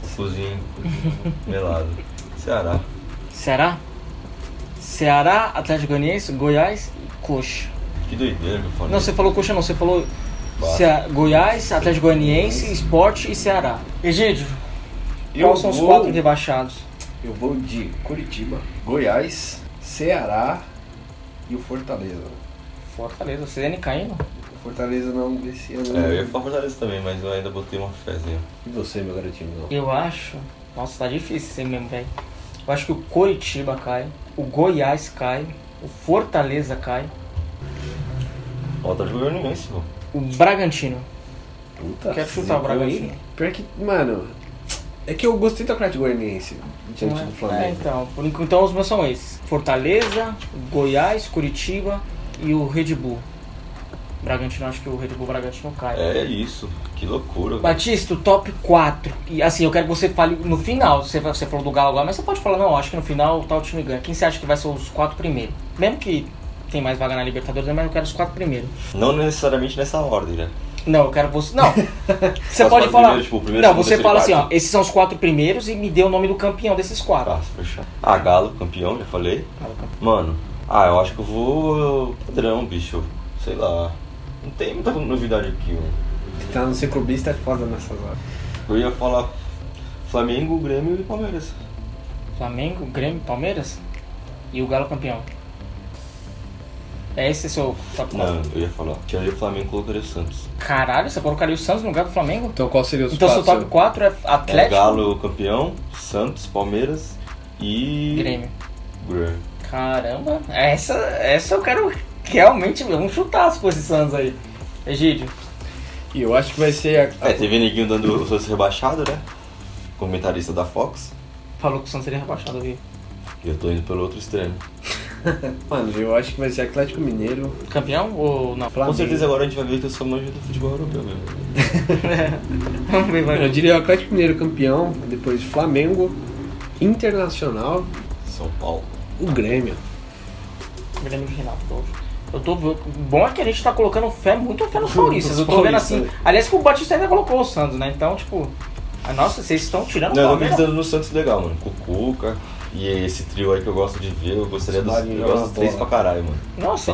o cozinho melado. Ceará. Ceará? Ceará, Atlético Goianiense, Goiás e Coxa. Que doideira, meu falei. Não, você falou Coxa não, você falou Vasco. Cea- Goiás, Atlético Goianiense, Esporte e Ceará. Egídio, Eu quais são os vou- quatro rebaixados? Eu vou de Curitiba, Goiás, Ceará e o Fortaleza. Fortaleza, CN caindo. O Fortaleza não desse ano. É, eu ia falar Fortaleza também, mas eu ainda botei uma fezinha. E você, meu garotinho? Não. Eu acho. Nossa, tá difícil isso aí mesmo, velho. Eu acho que o Coritiba cai, o Goiás cai, o Fortaleza cai, Ó, tá jogando Goianiense, pô. o Bragantino. Puta. Quero chutar o zicou, hein? Bragantino. Pior que, mano, é que eu gostei do Atlético Goianiense diante do É, Flamengo. então, por enquanto então os meus são esses: Fortaleza, Goiás, Curitiba e o Red Bull. Bragantino, acho que o Red Bull Bragantino cai. É isso. Que loucura, velho. Batista, o top 4. E assim, eu quero que você fale no final. Você, você falou do Galo agora, mas você pode falar, não, acho que no final o tal time ganha. Quem você acha que vai ser os quatro primeiros? Mesmo que tem mais vaga na Libertadores, mas eu quero os quatro primeiros. Não necessariamente nessa ordem, né? Não, eu quero você. Não! Você Mas pode quatro falar. primeiros, tipo, o primeiro, não, segundo, você terceiro fala e assim, ó, quarto. esses são os quatro primeiros e me dê o nome do campeão desses quatro. Ah, fechar. Ah, Galo, campeão, já falei. Mano, ah, eu acho que eu vou eh, padrão, bicho. Sei lá. Não tem muita novidade aqui, mano. então. Tá no ser clubista é foda nessas horas. Eu ia falar Flamengo, Grêmio e Palmeiras. Flamengo, Grêmio, Palmeiras e o Galo campeão. É esse seu top Não, 4. eu ia falar. Tiraria o Flamengo e colocaria o Santos. Caralho, você colocaria o Santos no lugar do Flamengo? Então qual seria os Então seu quatro? top 4 é É, Atlético Galo campeão, Santos, Palmeiras e. e Grêmio. Grêmio. Caramba, essa, essa eu quero realmente ver. Vamos chutar as posições aí. Egídio, E eu acho que vai ser a- a- É, teve neguinho dando o Santos rebaixado, né? Comentarista da Fox. falou que o Santos seria rebaixado, eu vi. E eu tô indo pelo outro extremo. Mano, eu acho que vai ser Atlético Mineiro. Campeão ou não? Flamengo. Com certeza agora a gente vai ver que eu sou manjo do futebol europeu mesmo. Vamos ver, vai. Eu diria Atlético Mineiro campeão, depois Flamengo, Internacional, São Paulo. o Grêmio. Grêmio de é Renato Gaúcho. Eu tô bom é que a gente tá colocando fé, muito fé nos paulistas. Eu tô vendo assim. Aliás, que o Batista ainda colocou o Santos, né? Então, tipo, a Ah, Nossa, vocês estão tirando Não, o eu tô Palmeiras? acreditando no Santos legal, mano. Cucuca e esse trio aí que eu gosto de ver. Eu gostaria dos, Marinho eu gosto joga dos três bola. pra caralho, mano. Nossa,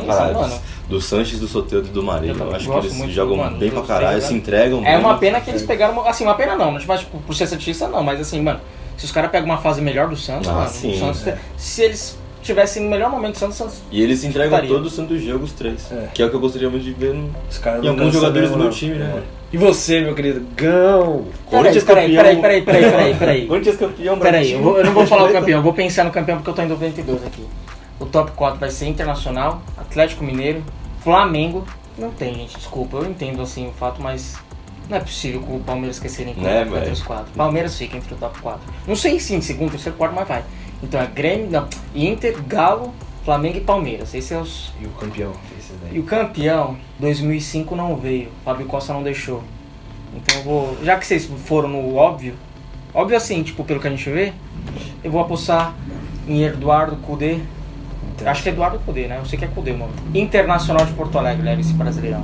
Pra sim, caralho. mano. Dos- Do Sanches, do Soteldo e do Eu Marinho. também Eu acho que gosto eles muito, jogam mano, bem dos pra três, caralho, né? se entregam. bem. É uma pena que eles pegaram. Assim, uma pena não, mas tipo, tipo, pro ser Santista não, mas assim, mano, se os caras pegam uma fase melhor do Santos, Ah, mano, sim, o Santos é. te- se eles tivessem no melhor momento do Santos, o Santos. E eles se entregam Putaria. todo santo jogo, os três. É. Que é o que eu gostaria muito de ver no- Os caras em não alguns cansam jogadores do mesmo, meu não. time, né? mano? E você, meu querido? Gão! Peraí, Corinthians peraí, campeão. peraí, peraí, peraí, peraí, peraí. Corinthians campeão, Peraí, eu, Bragantino. vou- eu não vou falar o campeão, eu vou pensar no campeão porque eu tô em 92 aqui. O top 4 vai ser Internacional, Atlético Mineiro, Flamengo. Não tem, gente, desculpa, eu entendo assim o fato, mas não é possível que o Palmeiras esquecerem que Né, fica entre velho? os quatro. Palmeiras fica entre o top 4. Não sei se em segundo, terceiro, quarto, mas vai. Então é Grêmio, não, Inter, Galo, Flamengo e Palmeiras. Esses são os. E o campeão, esse daí. E o campeão, 2005 não veio, Fábio Costa não deixou. Então eu vou. Já que vocês foram no óbvio, óbvio assim, tipo, pelo que a gente vê, eu vou apostar em Eduardo Cudê. Então, Acho que é Eduardo Cudê, né? Eu sei que é Cudê o nome. Internacional de Porto Alegre, leva esse brasileirão.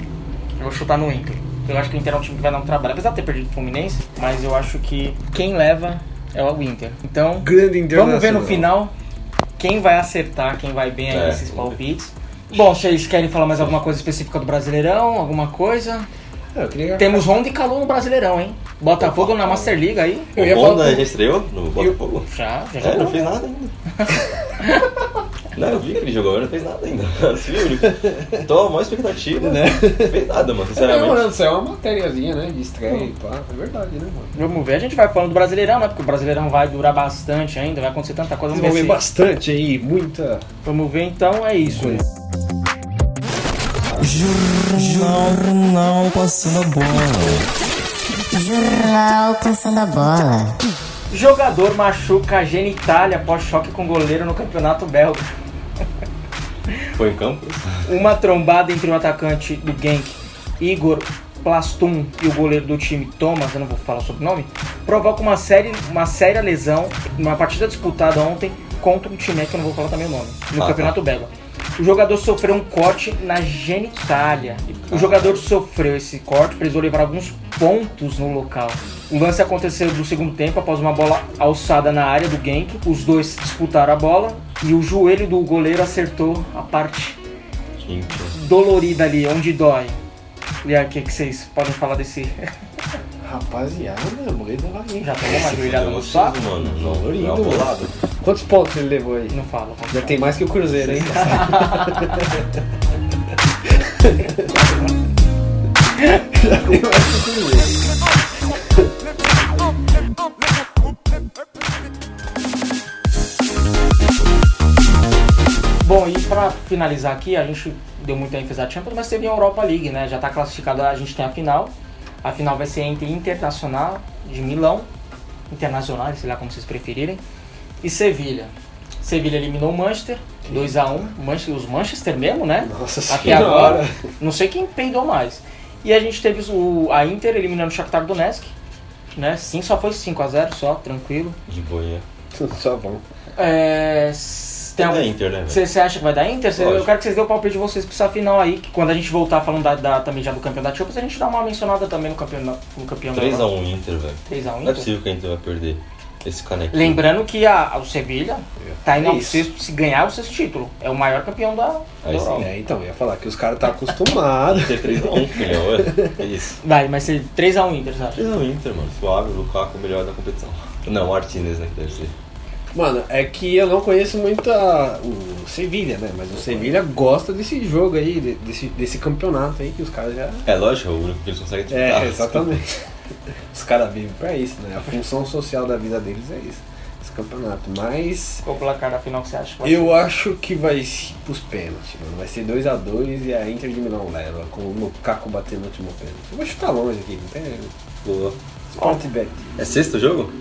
Eu vou chutar no Inter. Eu acho que o Inter é um time que vai dar um trabalho. Apesar de ter perdido o Fluminense, mas eu acho que quem leva é o Inter. Então, Grande Vamos ver no final quem vai acertar, quem vai bem aí É. nesses palpites. Bom, vocês querem falar mais alguma coisa específica do Brasileirão? Alguma coisa? Ah, eu queria- Temos Honda e Calou no Brasileirão, hein? Botafogo na Master League aí. Eu ia O falar Honda do- já estreou no Botafogo? Já, já É, não jogou. fez nada ainda. Não, eu vi que ele jogou, mas não fez nada ainda. Juro. Tô a maior expectativa, né? Não fez nada, mano, É, sinceramente. mano, isso é uma matériazinha, né? De estreia e pá. É verdade, né, mano? Vamos ver, a gente vai falando do Brasileirão, né? Porque o Brasileirão vai durar bastante ainda, vai acontecer tanta coisa. Vamos ver, Desenvolver se- bastante aí, muita. Vamos ver então, é isso. Jornal Passando a Bola. Jornal Passando a Bola. Jogador machuca a genitália após choque com goleiro no Campeonato Belga. Foi em campo? Uma trombada entre o atacante do Genk, Igor Plastum, e o goleiro do time, Thomas, eu não vou falar sobre o nome, provoca uma, série, uma séria lesão numa partida disputada ontem contra um time que eu não vou falar também o nome, no Ah, Campeonato Belga. O jogador sofreu um corte na genitália. O jogador sofreu esse corte, precisou levar alguns pontos no local. O lance aconteceu do segundo tempo após uma bola alçada na área do Genk. Os dois disputaram a bola e o joelho do goleiro acertou a parte Gente, dolorida ali, onde dói. E aí, o que, que vocês podem falar desse. Rapaziada, moeda lá, hein? Já tomou uma esse joelhada futebol no saco? gostoso, mano. Não, Dolorido, não, bolado. Quantos pontos ele levou aí? Não fala. vamos Já lá. tem mais que o Cruzeiro, hein? Bom, e pra finalizar aqui, a gente deu muita ênfase à Champions, mas teve a Europa League, né? Já tá classificado, a gente tem a final. A final vai ser entre Internacional de Milão, Internacional, sei lá como vocês preferirem, e Sevilha. Sevilha eliminou o Manchester, 2x1. Manchester, os Manchester mesmo, né? Nossa Até agora, não sei quem peidou mais. E a gente teve o, a Inter eliminando o Shakhtar Donetsk, né? Sim, só foi 5x0 só, tranquilo. De boia. Só bom. É, s- tem É algum- Inter, né? velho? Você acha que vai dar Inter? Cê- eu Lógico. quero que vocês dêem o palpite de vocês pra essa final aí, que quando a gente voltar falando da, da- também já do campeão da Champions, a gente dá uma mencionada também no campeão, no campeão da Europa. 3x1 Inter, velho. 3x1. Não é Inter. possível que a Inter vai perder esse canequinho. então. Lembrando que a, o Sevilha É. tá indo ao Isso. sexto, se ganhar o sexto título. É o maior campeão da, da Aí sim. Europa. É, então, eu ia falar que os caras tá acostumado. Inter 3x1, filhão. é. É isso. Vai, mas ser 3x1 Inter, sabe? 3x1 Inter, mano. Suave, Lukaku, o melhor da competição. Não, Martinez, né, que deve ser. Mano, é que eu não conheço muito a- o Sevilha, né? Mas o Sevilha gosta desse jogo aí, de- desse, desse campeonato aí que os caras já. É lógico, é o único que eles conseguem É, disputar. exatamente. Os caras vivem pra isso, né? A função social da vida deles é isso, esse campeonato. Mas Qual o placar da final que você acha que vai ser? eu acho que vai ir pros pênaltis, mano. Vai ser 2x2 e a Inter de Milão leva, com o Lukaku batendo no último pênalti. Eu vou chutar longe aqui, não tem. Boa. Sportbet. É sexto jogo?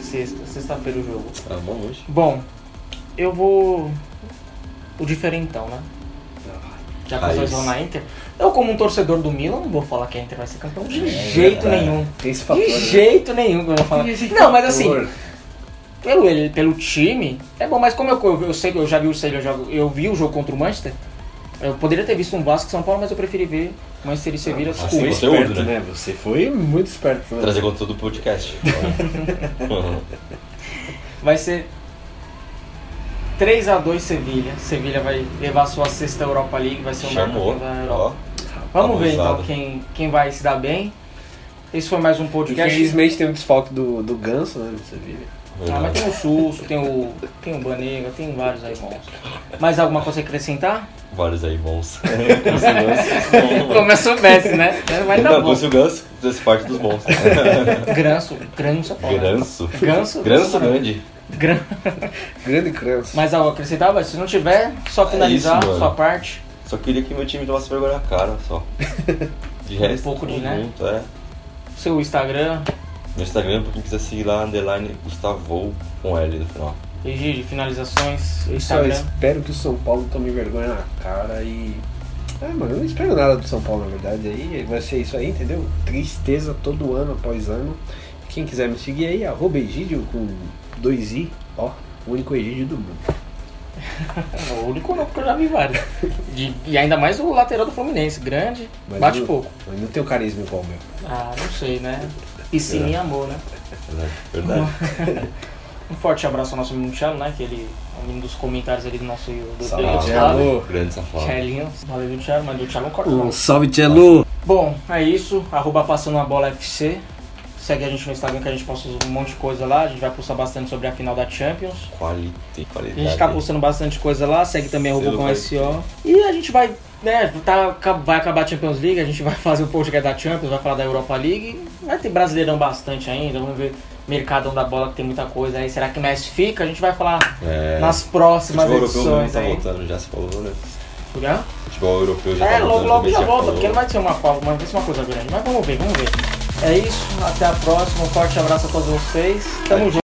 Sexta, sexta-feira o jogo. Ah, bom longe. Bom, eu vou. O diferentão, né? Já que Raiz. vocês vão na Inter. Eu, como um torcedor do Milan, não vou falar que a Inter vai ser campeão É de jeito nenhum. Tem esse fator. de né? jeito nenhum que eu vou falar. Tem esse Não, mas assim, fator. pelo, ele, pelo time, é bom, mas como eu, eu, eu sei que eu já vi o Sevilha, eu, já- eu vi o jogo contra o Manchester, Eu poderia ter visto um Vasco e São Paulo, mas eu preferi ver Manchester e Sevilla com assim, o Foi conteúdo, esperto, né? né? Você foi muito esperto, né? Trazer conteúdo do podcast. Vai ser 3 a 2 Sevilha. Sevilha vai levar sua sexta Europa League, vai Ah, ser o Chamou. marcador da Ó, tá Europa. Vamos ver então abusado. quem, quem vai se dar bem. Esse foi mais um podcast. Infelizmente tem o desfalque do, do Ganso, né? Você viu? Ah, mas tem o Susso, tem o, tem o Banega, tem vários aí bons. Mais alguma coisa a acrescentar? Vários aí bons. Como Começou o Messi, né? Mas tá Não, bom. fosse o Ganso, fizesse parte dos bons. Granço, Granço é foda. Granço. Granço? Granço grande. Gran- Grande criança. Mais algo a acrescentar? Mas Se não tiver, só finalizar isso, mano. sua parte. Só queria que meu time tomasse vergonha na cara, só. De Um resto, pouco de, né? junto, é. Seu Instagram. Meu Instagram, pra quem quiser seguir lá, underline Gustavo com L no final. E Gigi, finalizações. Eu só Instagram. espero que o São Paulo tome vergonha na cara e. Ah, mano, eu não espero nada do São Paulo, na verdade. Aí vai ser isso aí, entendeu? Tristeza todo ano após ano. Quem quiser me seguir aí, arroba Egídio com dois i, ó. O único Egídio do mundo. É O único não, porque eu já vi vários. De- e ainda mais o lateral do Fluminense. Grande, Mas bate eu- pouco. Mas não tem o carisma igual o meu. Ah, não sei, né? E sim, e amor, né? Verdade. Verdade. Um forte abraço ao nosso amigo Michel, né? Que ele é um dos comentários ali do nosso do Salve, do- Michel. Ah, Grande safado. Michelinho. Valeu, Michel, mas o Thiago não corta. não. Um salve, Tchelo! Bom, é isso. Arroba passando a bola FC. Segue a gente no Instagram que a gente posta um monte de coisa lá. A gente vai postar bastante sobre a final da Champions. Qualite, A qualidade. gente tá postando bastante coisa lá, segue também arroba Selo com vai SO. E a gente vai, né, tá, vai acabar a Champions League, a gente vai fazer o podcast da Champions, vai falar da Europa League. Vai ter Brasileirão bastante ainda, vamos ver Mercadão da Bola que tem muita coisa aí. Será que o Messi fica? A gente vai falar É. nas próximas futebol europeu mesmo edições tá aí. voltando, já se falou, né? Hã? Futebol europeu já É, tá logo, voltando. logo também, já volta, falou. porque não vai ser uma pausa, mas vai ser uma coisa grande. Mas vamos ver, vamos ver. É isso, até a próxima, um forte abraço a todos vocês. Tamo junto.